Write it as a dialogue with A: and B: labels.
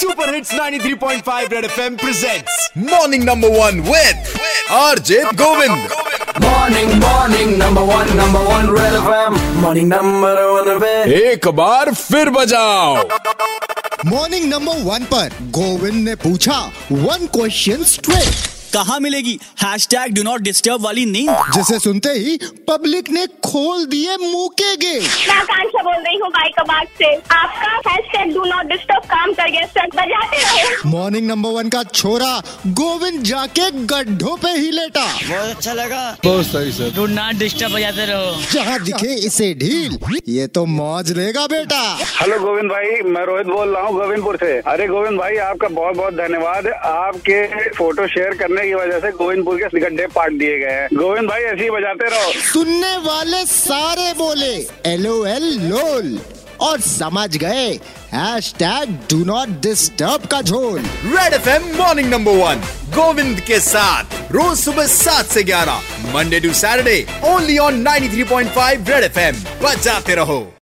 A: Super hits 93.5 red FM presents morning number one with RJ Govind
B: Morning, morning, number one, number one, Red FM. Morning, number one, bed.
A: एक बार फिर बजाओ
C: morning number one पर गोविंद ने पूछा one question straight
D: कहाँ मिलेगी hashtag do not disturb वाली नींद
C: जिसे सुनते ही पब्लिक ने खोल दिए मुंह के गेट
E: मैं आकांक्षा बोल रही हूँ बाइकाबाद से आपका हैशटैग डू नॉट डिस्टर्ब काम कर गया सर बजाते रहे
C: मॉर्निंग नंबर वन का छोरा गोविंद जाके गड्ढों पे ही लेटा
F: डू नॉट डिस्टर्ब बजाते रहो
C: जहाँ दिखे इसे ढील ये तो मौज लेगा बेटा
G: हेलो गोविंद भाई मैं रोहित बोल रहा हूँ गोविंदपुर से अरे गोविंद भाई आपका बहुत बहुत धन्यवाद आपके फोटो शेयर करने की वजह से गोविंदपुर के गड्ढे पाट दिए गए हैं गोविंद भाई ऐसे ही बजाते रहो
C: सुनने वाले सारे बोले एलो एल लोल और समझ गए hashtag do not disturb का झोल
A: red FM morning number one Govind के साथ रोज सुबह सात से ग्यारह Monday to Saturday only on 93.5 red FM बजाते रहो